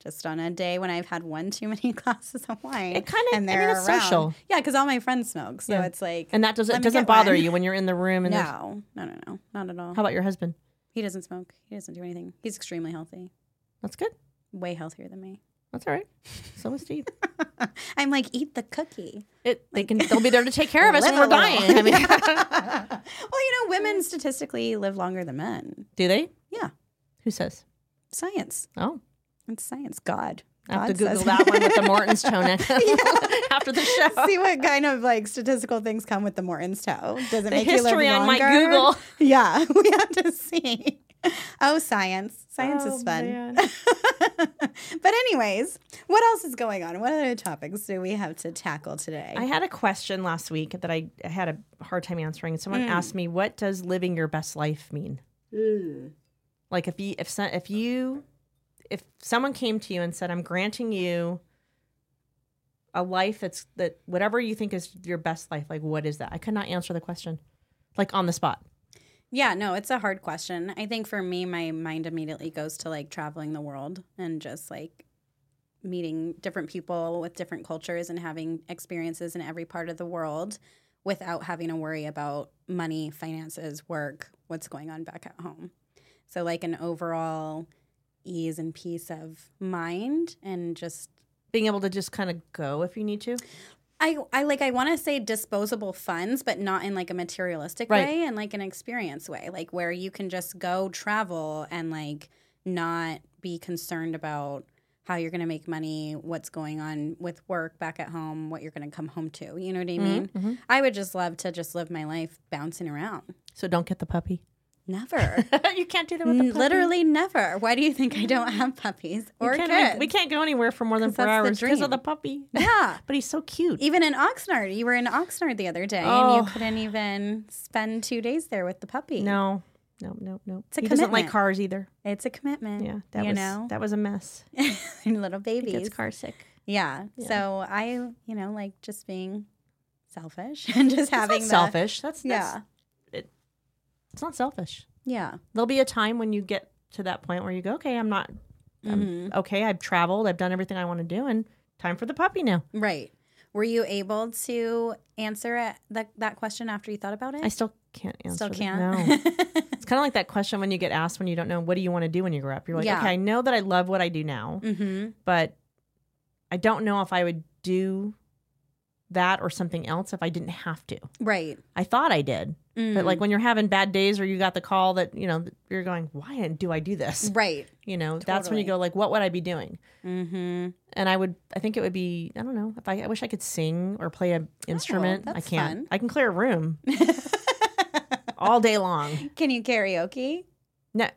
S3: just on a day when I've had one too many glasses of wine,
S2: It kinda-
S3: and
S2: I mean,
S3: they're
S2: it's
S3: around.
S2: social.
S3: Yeah, because all my friends smoke, so
S2: Yeah.
S3: it's like
S2: And that
S3: Let
S2: doesn't
S3: me
S2: doesn't
S3: get
S2: bother
S3: one.
S2: you when you're in the room. And there's-
S3: no, no, no, no, not at all.
S2: how about your husband?
S3: he doesn't smoke. He doesn't do anything. He's extremely healthy.
S2: That's good.
S3: Way healthier than me.
S2: That's all right. So is Steve.
S3: I'm like, eat the cookie.
S2: It, they can. They'll be there to take care of us
S3: Live
S2: when we're
S3: a little.
S2: dying. I mean,
S3: well, you know, women statistically live longer than men.
S2: do they?
S3: Yeah,
S2: Who says?
S3: science.
S2: Oh,
S3: It's science. God.
S2: I have
S3: God
S2: to
S3: says
S2: Google that one with the Morton's toe next after the show.
S3: See what kind of like statistical things come with the Morton's toe. Does
S2: The
S3: it make you live
S2: history
S3: longer?
S2: on my Google.
S3: Yeah, we have to see. Oh, science! Science is
S2: Oh,
S3: fun. but anyways, what else is going on? What other topics do we have to tackle today?
S2: I had a question last week that I I had a hard time answering. Someone
S3: Mm.
S2: asked me, "What does living your best life mean?"
S3: Mm.
S2: Like if you if so- if you if someone came to you and said, "I'm granting you a life that's that whatever you think is your best life," like what is that? I could not answer the question, like on the spot.
S3: yeah, no, it's a hard question. I think for me, my mind immediately goes to like traveling the world and just like meeting different people with different cultures and having experiences in every part of the world without having to worry about money, finances, work, what's going on back at home. So, like, an overall ease and peace of mind and just
S2: Being able to just kind of go if you need to.
S3: I, I like I want to say disposable funds, but not in like a materialistic
S2: Right.
S3: way, and like an experience way, like where you can just go travel and like not be concerned about how you're going to make money, what's going on with work back at home, what you're going to come home to. You know what I mean?
S2: mhm.
S3: I would just love to just live my life bouncing around.
S2: So don't get the puppy.
S3: Never.
S2: you can't do that with the
S3: N-
S2: puppy.
S3: Mm, Literally never. Why do you think I don't have puppies
S2: we
S3: or
S2: can't,
S3: kids?
S2: we can't go anywhere for more than
S3: 'Cause
S2: four
S3: that's the
S2: hours because
S3: dream.
S2: of the puppy.
S3: Yeah.
S2: But he's so cute.
S3: Even in Oxnard, you were in Oxnard the other day,
S2: Oh.
S3: and you couldn't even spend two days there with the puppy.
S2: No, no, no, no.
S3: a
S2: he doesn't like
S3: commitment.
S2: cars either.
S3: it's a commitment.
S2: Yeah, that
S3: you
S2: was
S3: know,
S2: that was a mess.
S3: little
S2: He gets
S3: babies.
S2: car sick.
S3: Yeah. So I, you know, like just being selfish and just
S2: That's
S3: having
S2: not
S3: the,
S2: selfish. That's, that's
S3: Yeah,
S2: It's not selfish.
S3: yeah,
S2: There'll be a time when you get to that point where you go, okay, I'm not. I'm
S3: Mm-hmm.
S2: okay. I've traveled. I've done everything I want to do, and time for the puppy now.
S3: right. Were you able to answer it, that that question after you thought about it?
S2: I still can't answer.
S3: Still
S2: that.
S3: can't.
S2: No. it's kind of like that question when you get asked when you don't know what do you want to do when you grow up. You're like,
S3: Yeah.
S2: okay, I know that I love what I do now.
S3: mm-hmm.
S2: but I don't know if I would do that or something else if I didn't have to.
S3: Right.
S2: I thought I did, but
S3: Mm-hmm.
S2: like when you're having bad days or you got the call that you know you're going, why do I do this?
S3: Mm-hmm. Right.
S2: You know, that's when you go like, what would I be doing?
S3: Mm-hmm.
S2: And I would, I think it would be, I don't know, if I, I wish I could sing or play an instrument. I
S3: Oh, that's
S2: can't.
S3: fun.
S2: I can clear a room all day long.
S3: Mm-hmm. Can you karaoke?
S2: No,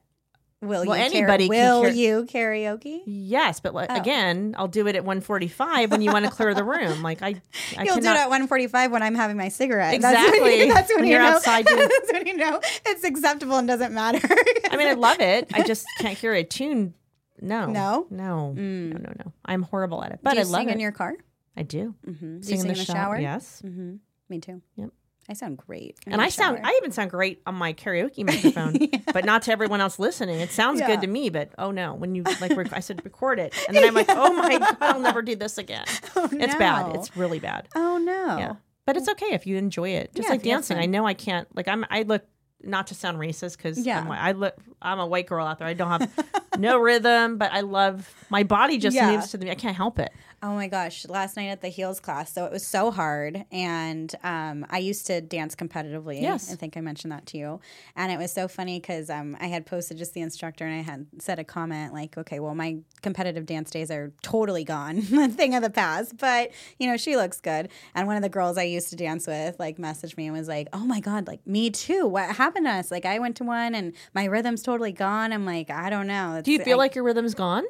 S3: Will
S2: Well,
S3: you kara-
S2: anybody can
S3: will
S2: kara-
S3: you karaoke?
S2: yes, but like,
S3: Oh.
S2: again, I'll do it at 1:45 when you want to clear the room. Like I, I
S3: You'll
S2: cannot.
S3: do it at one forty-five when I'm having my cigarette. That's when,
S2: Exactly.
S3: you- that's when,
S2: When
S3: you
S2: you're
S3: know,
S2: outside doing-
S3: That's when you know it's acceptable and doesn't matter.
S2: I mean, I love it. I just can't hear a tune. No.
S3: No?
S2: No.
S3: Mm.
S2: No, no, no. I'm horrible at it. But
S3: do you
S2: I love
S3: sing
S2: it.
S3: in your car?
S2: I do.
S3: Mm-hmm.
S2: Sing, in the, shower. Yes.
S3: Mm-hmm. Me too.
S2: Yep.
S3: I sound great. in
S2: And
S3: the
S2: I sound,
S3: shower.
S2: I even sound great on my karaoke microphone, but not to everyone else listening. It sounds
S3: Yeah.
S2: good to me, but oh no, when you like, rec- I said record it, and then I'm like, oh my god, I'll never do this again.
S3: Oh,
S2: It's bad.
S3: no.
S2: It's really bad.
S3: oh no.
S2: Yeah. But it's okay if you enjoy it. Just
S3: Yeah,
S2: like
S3: if you have
S2: dancing.
S3: fun.
S2: I know I can't. Like I'm. I look not to sound racist because
S3: Yeah.
S2: I'm, whi- I li- I'm a white girl out there. I don't have no rhythm, but I love my body just
S3: Yeah.
S2: moves to the. I can't help it.
S3: Oh my gosh, last night at the heels class. So it was so hard. And um, I used to dance competitively.
S2: Yes.
S3: I think I mentioned that to you. And it was so funny because um, I had posted just the instructor and I had said a comment like, okay, well, my competitive dance days are totally gone, a thing of the past. But, you know, she looks good. And one of the girls I used to dance with like messaged me and was like, oh my God, like me too. What happened to us? Like I went to one and my rhythm's totally gone. I'm like, I don't know.
S2: Do you
S3: It's-
S2: feel
S3: I-
S2: like your rhythm's gone?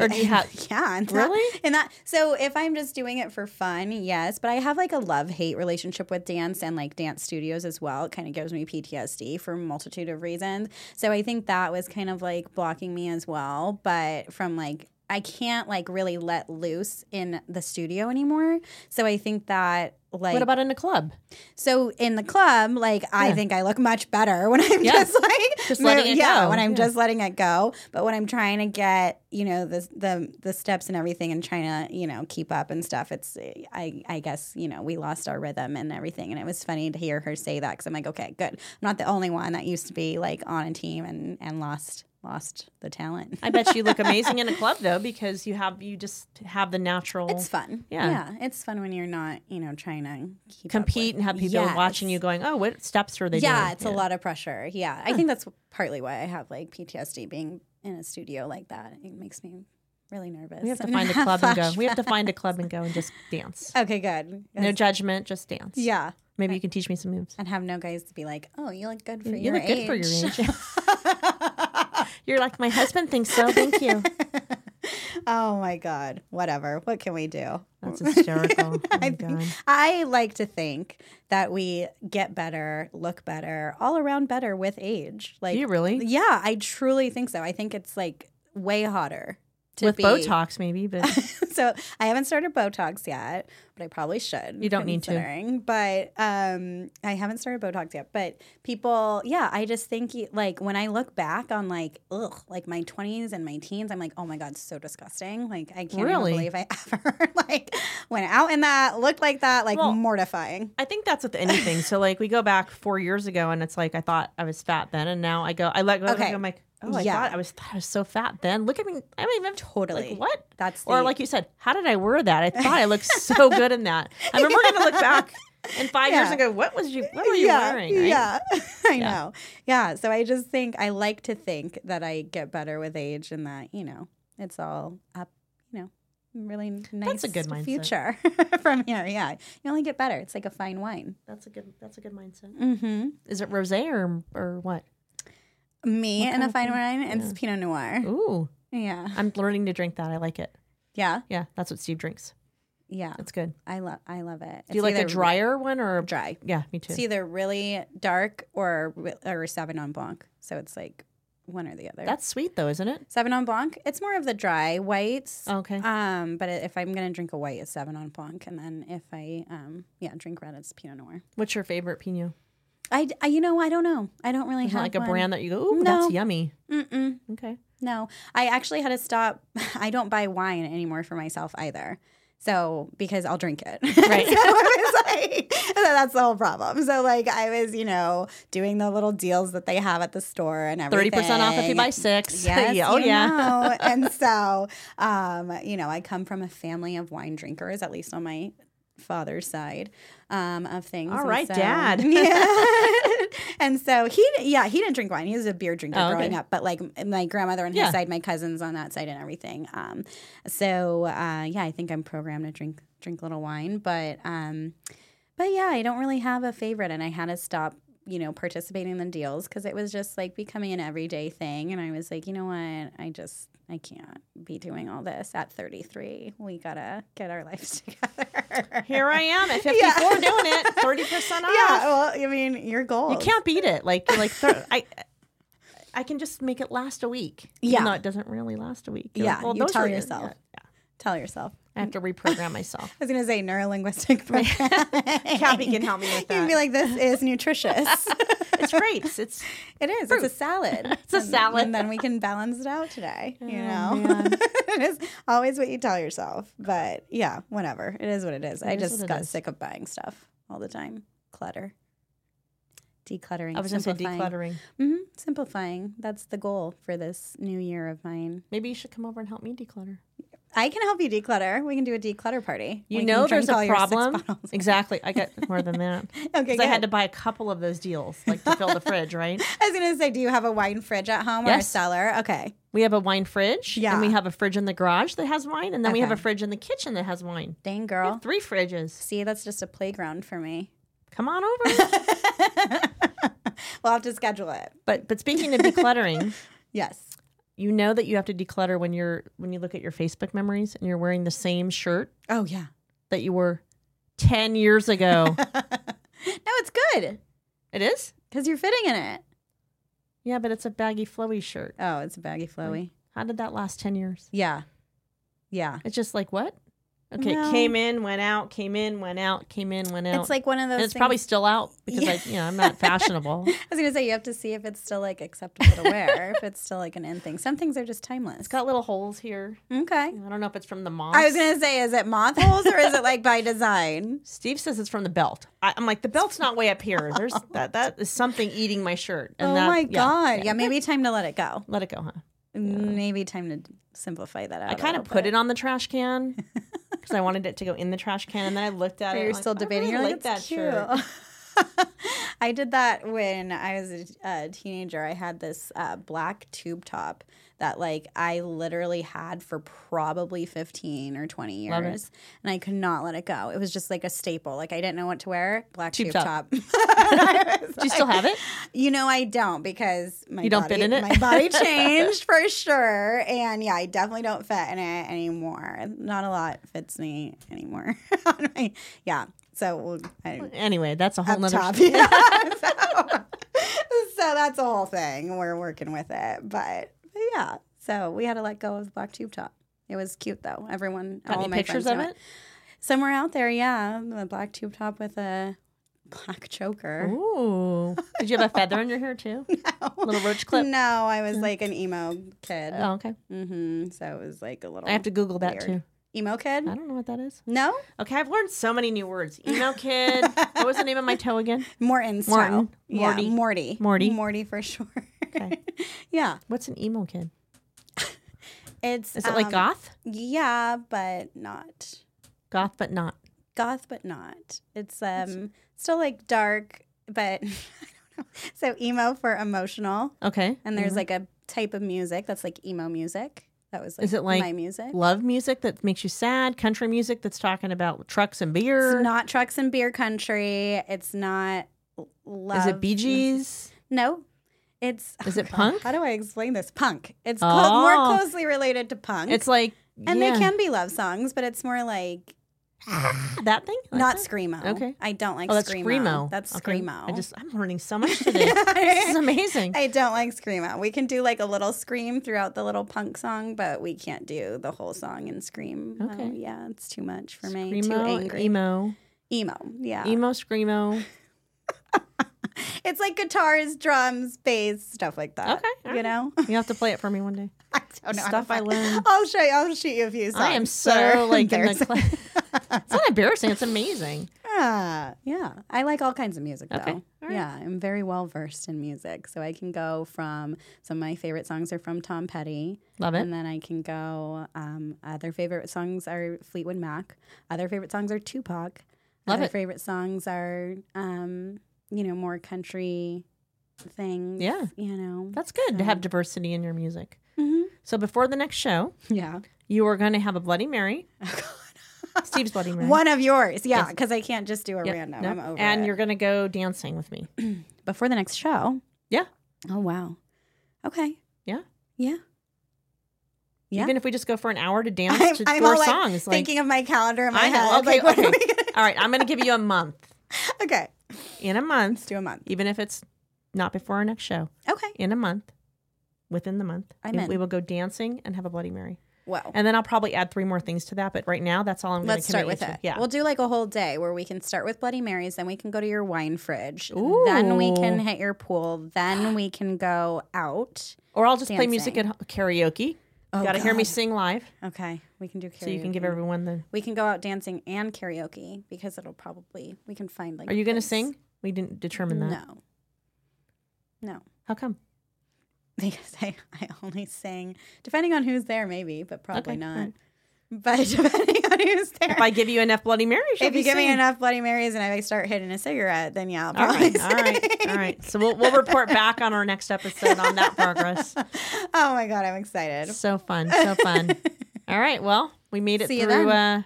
S2: Or do you have?
S3: yeah, and that-
S2: Really?
S3: and that so if I'm just doing it for fun, yes, but I have like a love hate relationship with dance and like dance studios as well. It kind of gives me PTSD for a multitude of reasons. So I think that was kind of like blocking me as well. But from like I can't like really let loose in the studio anymore. So I think that like
S2: What about in a club?
S3: so in the club, like I
S2: Yeah.
S3: think I look much better when I'm
S2: Yeah.
S3: just like
S2: Just letting it
S3: yeah,
S2: go.
S3: when I'm
S2: Yeah.
S3: just letting it go. But when I'm trying to get you know the the the steps and everything and trying to you know keep up and stuff, it's eh, I I guess you know we lost our rhythm and everything. And it was funny to hear her say that because I'm like, okay, good. I'm not the only one that used to be like on a team and and lost lost the talent.
S2: I bet you look amazing in a club though because you have you just have the natural.
S3: It's fun.
S2: Yeah.
S3: yeah, it's fun when you're not you know trying to keep up
S2: compete
S3: with-
S2: and have people
S3: Yes.
S2: watching you going, oh, what steps are they doing?
S3: yeah, it's a lot of pressure. Yeah. I think that's partly why I have like PTSD being in a studio like that. It makes me really nervous.
S2: We have to
S3: and
S2: find a club and go. We have to
S3: flashbacks.
S2: find a club and go and just dance.
S3: Okay, good.
S2: No judgment, just dance.
S3: yeah.
S2: Maybe you can teach me some moves.
S3: And have no guys to be like, "Oh, you look good for
S2: You
S3: your
S2: look good
S3: age."
S2: for your age. You're like, my husband thinks so. Thank you.
S3: oh my god. Whatever. What can we do?
S2: That's hysterical. Oh my God.
S3: I like to think that we get better, look better, all around better with age. Like
S2: Do you really?
S3: Yeah, I truly think so. I think it's like way hotter to
S2: With
S3: be
S2: Botox, maybe, but
S3: so I haven't started Botox yet, but I probably should.
S2: You don't need to.
S3: considering. But um, I haven't started Botox yet. But people, yeah, I just think you- like when I look back on like ugh, like my twenties and my teens, I'm like, oh my god, so disgusting. Like I can't
S2: Really?
S3: even believe I ever like went out in that, looked like that, like
S2: Well-
S3: mortifying.
S2: I think that's with anything. So, like, we go back four years ago, and it's like I thought I was fat then, and now I go, I let go.
S3: Okay.
S2: Okay. I'm like, oh, I
S3: Yeah.
S2: thought I was, thought I was so fat then. Look at me. I don't even
S3: Totally.
S2: Like, what?
S3: That's
S2: Or
S3: the-
S2: like you said, how did I wear that? I thought I looked so good in that. I mean, we're gonna look back in five years
S3: Yeah.
S2: and go, what was you? What were you wearing? Right?
S3: Yeah, I
S2: Yeah.
S3: know. Yeah, so I just think I like to think that I get better with age and that you know it's all up. You know, really nice.
S2: a good mindset.
S3: future from here. Yeah, you only get better. It's like a fine wine.
S2: That's a good. That's a good mindset.
S3: Mm-hmm.
S2: Is it rosé or or what?
S3: Me
S2: What
S3: and a
S2: kind of
S3: fine
S2: thing?
S3: wine. and
S2: Yeah.
S3: It's Pinot Noir.
S2: Ooh,
S3: Yeah,
S2: I'm learning to drink that. I like it.
S3: yeah,
S2: Yeah, that's what Steve drinks.
S3: yeah.
S2: That's good.
S3: I love. I love it.
S2: Do you like a drier one or?
S3: Dry.
S2: Yeah, me too.
S3: It's either really dark or or Sauvignon Blanc. So it's like one or the other.
S2: That's sweet though, isn't it?
S3: Sauvignon Blanc. It's more of the dry whites.
S2: Okay.
S3: Um, but if I'm gonna drink a white, it's Sauvignon Blanc, and then if I um, yeah, drink red, it's Pinot Noir.
S2: What's your favorite Pinot?
S3: I, I- you know I don't know. I don't really
S2: Is it
S3: have
S2: like a
S3: one.
S2: brand that you go, ooh,
S3: No.
S2: that's yummy.
S3: Mm-mm,
S2: Okay.
S3: no, I actually had to stop. I don't buy wine anymore for myself either. So because I'll drink it,
S2: Right.
S3: so it was like, so that's the whole problem. So like I was, you know, doing the little deals that they have at the store and
S2: Thirty
S3: everything.
S2: percent off if you buy six.
S3: Yes,
S2: Yeah, oh
S3: you
S2: yeah.
S3: know. and so, um, you know, I come from a family of wine drinkers, at least on my father's side um, of things.
S2: All
S3: And
S2: right,
S3: so-
S2: Dad.
S3: Yeah. and so he, yeah, he didn't drink wine. He was a beer drinker
S2: Oh, okay.
S3: growing up, but like m- my grandmother on his
S2: Yeah.
S3: side, my cousins on that side, and everything. Um, so uh, yeah, I think I'm programmed to drink drink little wine, but um, but yeah, I don't really have a favorite, and I had to stop, you know, participating in the deals because it was just like becoming an everyday thing, and I was like, you know what, I just I can't be doing all this at 33. We gotta get our lives together.
S2: Here I am at 54 doing it. 30% off.
S3: yeah, well, I mean, your goal.
S2: You can't beat it. Like you're like thir- I I can just make it last a week.
S3: Yeah.
S2: Even though it doesn't really last a week. You're
S3: Yeah, you
S2: those
S3: tell
S2: are-
S3: yourself. Mm.
S2: yeah.
S3: tell yourself.
S2: I have to reprogram myself.
S3: I was gonna say neurolinguistic programming.
S2: Kathy can help me with
S3: You'd
S2: that.
S3: be like, this is nutritious.
S2: It's grapes. It's
S3: it is. It's a salad.
S2: It's a salad.
S3: And then we can balance it out today. You
S2: Oh,
S3: know? it is always what you tell yourself. But yeah, whatever. It is what it is. I
S2: is
S3: just
S2: what it
S3: got
S2: is.
S3: sick of buying stuff all the time. Clutter. decluttering.
S2: I was going to say
S3: simplifying.
S2: decluttering.
S3: Mhm, Simplifying. That's the goal for this new year of mine.
S2: Maybe you should come over and help me declutter.
S3: I can help you declutter. We can do a declutter party.
S2: You
S3: We can
S2: know,
S3: drink
S2: there's a
S3: all your six
S2: problem.
S3: bottles.
S2: Exactly. I got more than that.
S3: Okay,
S2: Because I had
S3: good.
S2: to buy a couple of those deals, like to fill the fridge, right?
S3: I was gonna say, do you have a wine fridge at home or a
S2: Yes.
S3: cellar? Okay.
S2: We have a wine fridge.
S3: Yeah.
S2: And we have a fridge in the garage that has wine. And then we have a
S3: Okay.
S2: fridge in the kitchen that has wine.
S3: Dang
S2: We
S3: girl.
S2: have three fridges.
S3: See, that's just a playground for me.
S2: Come on over.
S3: We'll have to schedule it.
S2: but but speaking of decluttering,
S3: Yes.
S2: you know that you have to declutter when you're when you look at your Facebook memories and you're wearing the same shirt
S3: Oh yeah.
S2: that you were 10 years ago.
S3: No, it's good
S2: it is?
S3: because you're fitting in it.
S2: Yeah, but it's a baggy flowy shirt.
S3: Oh, it's a baggy flowy.
S2: How did that last 10 years?
S3: Yeah. Yeah.
S2: It's just like what? Okay,
S3: Well-
S2: came in, went out, came in, went out, came in, went out.
S3: It's like one of those.
S2: and it's
S3: things-
S2: probably still out because
S3: Yeah.
S2: I, you know, I'm not fashionable.
S3: I was gonna say you have to see if it's still like acceptable to wear, if it's still like an in thing. Some things are just timeless.
S2: it's got little holes here.
S3: okay.
S2: I don't know if it's from the mom.
S3: I was gonna say, is it moth holes or is it like by design?
S2: Steve says it's from the belt. I, I'm like, the belt's not way up here. There's that. That is something eating my shirt. And
S3: oh
S2: that,
S3: my
S2: yeah,
S3: god!
S2: yeah.
S3: Yeah. maybe time to let it go.
S2: Let it go, huh?
S3: Maybe time to simplify that out.
S2: I kind of put it on the trash can because I wanted it to go in the trash can, and then I looked at it.
S3: You're
S2: I'm like,
S3: still
S2: I
S3: debating.
S2: really
S3: You're like,
S2: like that
S3: "That's cute.
S2: shirt.
S3: I did that when I was a, a teenager. I had this uh, black tube top that, like, I literally had for probably 15 or 20
S2: Love it.
S3: years, and I could not let it go. It was just like a staple. Like, I didn't know what to wear. Black
S2: Tube
S3: tube,
S2: top.
S3: top. I was
S2: Do you still
S3: like-
S2: have it?
S3: You know, I don't because my
S2: You don't
S3: body,
S2: fit in it?
S3: My body changed for sure, and yeah, I definitely don't fit in it anymore. Not a lot fits me anymore. On my- yeah, so we'll, I,
S2: Anyway, that's a whole
S3: up
S2: nother.
S3: top.
S2: sh-
S3: Yeah, so, so that's a whole thing. We're working with it, but, but yeah. So we had to let go of the black tube top. It was cute though. Everyone,
S2: Got
S3: all
S2: any
S3: my
S2: pictures
S3: friends
S2: of
S3: know
S2: it?
S3: Somewhere out there, yeah, a black tube top with a black choker.
S2: Ooh. Did you have a feather in your hair too? Little roach clip. Mm.
S3: No, I was like an emo kid.
S2: Oh, okay.
S3: hmm So it was like a little.
S2: I have to Uh, Google that
S3: weird.
S2: too.
S3: Emo kid?
S2: I don't know what that is.
S3: No,
S2: Okay, I've learned so many new words. Emo kid. what was the name of my toe again?
S3: Morton's
S2: Morton.
S3: toe. Yeah,
S2: Morty.
S3: Morty.
S2: Morty.
S3: Morty for sure.
S2: Okay.
S3: yeah,
S2: What's an emo kid?
S3: it's
S2: Is it like
S3: um,
S2: goth?
S3: Yeah, but not
S2: Goth, but not.
S3: goth, but not. It's um still like dark, but I don't know. So emo for emotional,
S2: Okay.
S3: and there's like a type of music that's like emo music. That was like,
S2: Is it like
S3: my music?
S2: love music that makes you sad, country music that's talking about trucks and beer.
S3: It's not trucks and beer country. It's not l- love.
S2: Is it Bee Gees?
S3: No. It's
S2: Is
S3: oh
S2: it
S3: God,
S2: punk?
S3: How do I explain this? Punk. It's clo- more
S2: Oh.
S3: closely related to punk.
S2: It's like
S3: and
S2: yeah,
S3: they can be love songs, but it's more like
S2: that thing, Like
S3: not
S2: that?
S3: screamo.
S2: Okay.
S3: I don't like
S2: Oh, that's
S3: screamo.
S2: screamo.
S3: That's
S2: Okay.
S3: screamo.
S2: I just I'm learning so much today. this is amazing.
S3: I don't like screamo. We can do like a little scream throughout the little punk song, but we can't do the whole song and scream. Oh,
S2: Okay.
S3: yeah, it's too much for me. too
S2: Screamo, e- and
S3: angry. Uh.
S2: emo,
S3: emo. Yeah.
S2: emo, screamo.
S3: It's like guitars, drums, bass, stuff like that.
S2: Okay, all
S3: You
S2: right.
S3: know?
S2: You have to play it for me one day.
S3: I don't know. how to
S2: Stuff I
S3: find-
S2: learned.
S3: I'll show you. I'll shoot you a few songs.
S2: I am
S3: that are
S2: so like in the.
S3: embarrassing.
S2: Cl- it's not embarrassing. It's amazing.
S3: Ah, yeah. I like all kinds of music though.
S2: Okay, all right.
S3: Yeah, I'm very well versed in music, so I can go from some of my favorite songs are from Tom Petty,
S2: Love it.
S3: and then I can go. Um, other favorite songs are Fleetwood Mac. Other favorite songs are Tupac.
S2: Love
S3: other
S2: it.
S3: favorite songs are, um, you know, more country things.
S2: Yeah.
S3: you know. Mm-hmm.
S2: That's good to have diversity in your music. So before the next show,
S3: yeah.
S2: you are going to have a Bloody Mary. Steve's Bloody Mary.
S3: One of yours, yeah, because I can't just do a
S2: Yep.
S3: random.
S2: Nope.
S3: I'm over
S2: and
S3: it.
S2: you're going to go dancing with me.
S3: before the next show.
S2: Yeah.
S3: Oh wow. Okay.
S2: Yeah.
S3: Yeah. Yeah.
S2: Even if we just go for an hour to dance
S3: I'm,
S2: to
S3: I'm
S2: four
S3: all like
S2: songs. Like,
S3: thinking of my calendar in my
S2: I
S3: head.
S2: know. Okay.
S3: like, what
S2: okay.
S3: Are we gonna...
S2: All right. I'm going to give you a month.
S3: okay.
S2: In a
S3: Let's
S2: month,
S3: do a month.
S2: even if it's not before our next show,
S3: Okay.
S2: in a month, within the month,
S3: I'm
S2: we-
S3: in.
S2: we will go dancing and have a Bloody Mary.
S3: Well,
S2: And then I'll probably add three more things to that. But right now, that's all I'm going
S3: let's
S2: to
S3: start
S2: commit
S3: with
S2: you to.
S3: it.
S2: Yeah.
S3: We'll do like a whole day where we can start with Bloody Marys, then we can go to your wine fridge, then we can
S2: Ooh.
S3: hit your pool, then we can go out.
S2: or I'll just play music at
S3: dancing.
S2: ho- karaoke.
S3: Oh,
S2: Got to hear me
S3: God.
S2: sing live
S3: Okay, we can do karaoke.
S2: so you can give everyone the.
S3: We can go out dancing and karaoke because it'll probably we can find like.
S2: Are you
S3: going to
S2: sing? We didn't determine that.
S3: No. No.
S2: How come?
S3: Because I, I only sang, depending on who's there, maybe, but probably
S2: Okay,
S3: not.
S2: alright.
S3: But depending on who's there.
S2: If I give you enough Bloody Marys, you'll
S3: if you
S2: be
S3: give me
S2: singing.
S3: enough Bloody Marys and I start hitting a cigarette, then yeah, I'll
S2: All
S3: probably
S2: right, all right, all
S3: sing.
S2: right. So we'll, we'll report back on our next episode on that progress.
S3: Oh my god, I'm excited.
S2: So fun, so fun. All right, well, we made it
S3: See you
S2: through uh,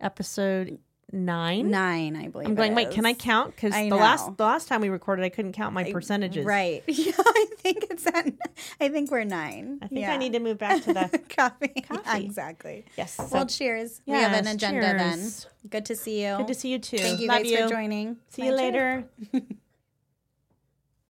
S2: episode nine.
S3: Nine, I believe.
S2: I'm going.
S3: it
S2: Wait, can I
S3: is.
S2: count? Because
S3: I
S2: the last
S3: know.
S2: the last time we recorded, I couldn't count my percentages.
S3: Right. Yeah, I think it's at. I think we're nine.
S2: I think
S3: yeah.
S2: I need to move back to the
S3: coffee. Yeah,
S2: Coffee.
S3: exactly.
S2: yes. so
S3: Well, cheers. we have an
S2: Yes,
S3: agenda
S2: cheers.
S3: then. Good to see you.
S2: Good to see you too.
S3: Thank you
S2: Love
S3: guys for joining.
S2: See you
S3: My cheers.
S2: later.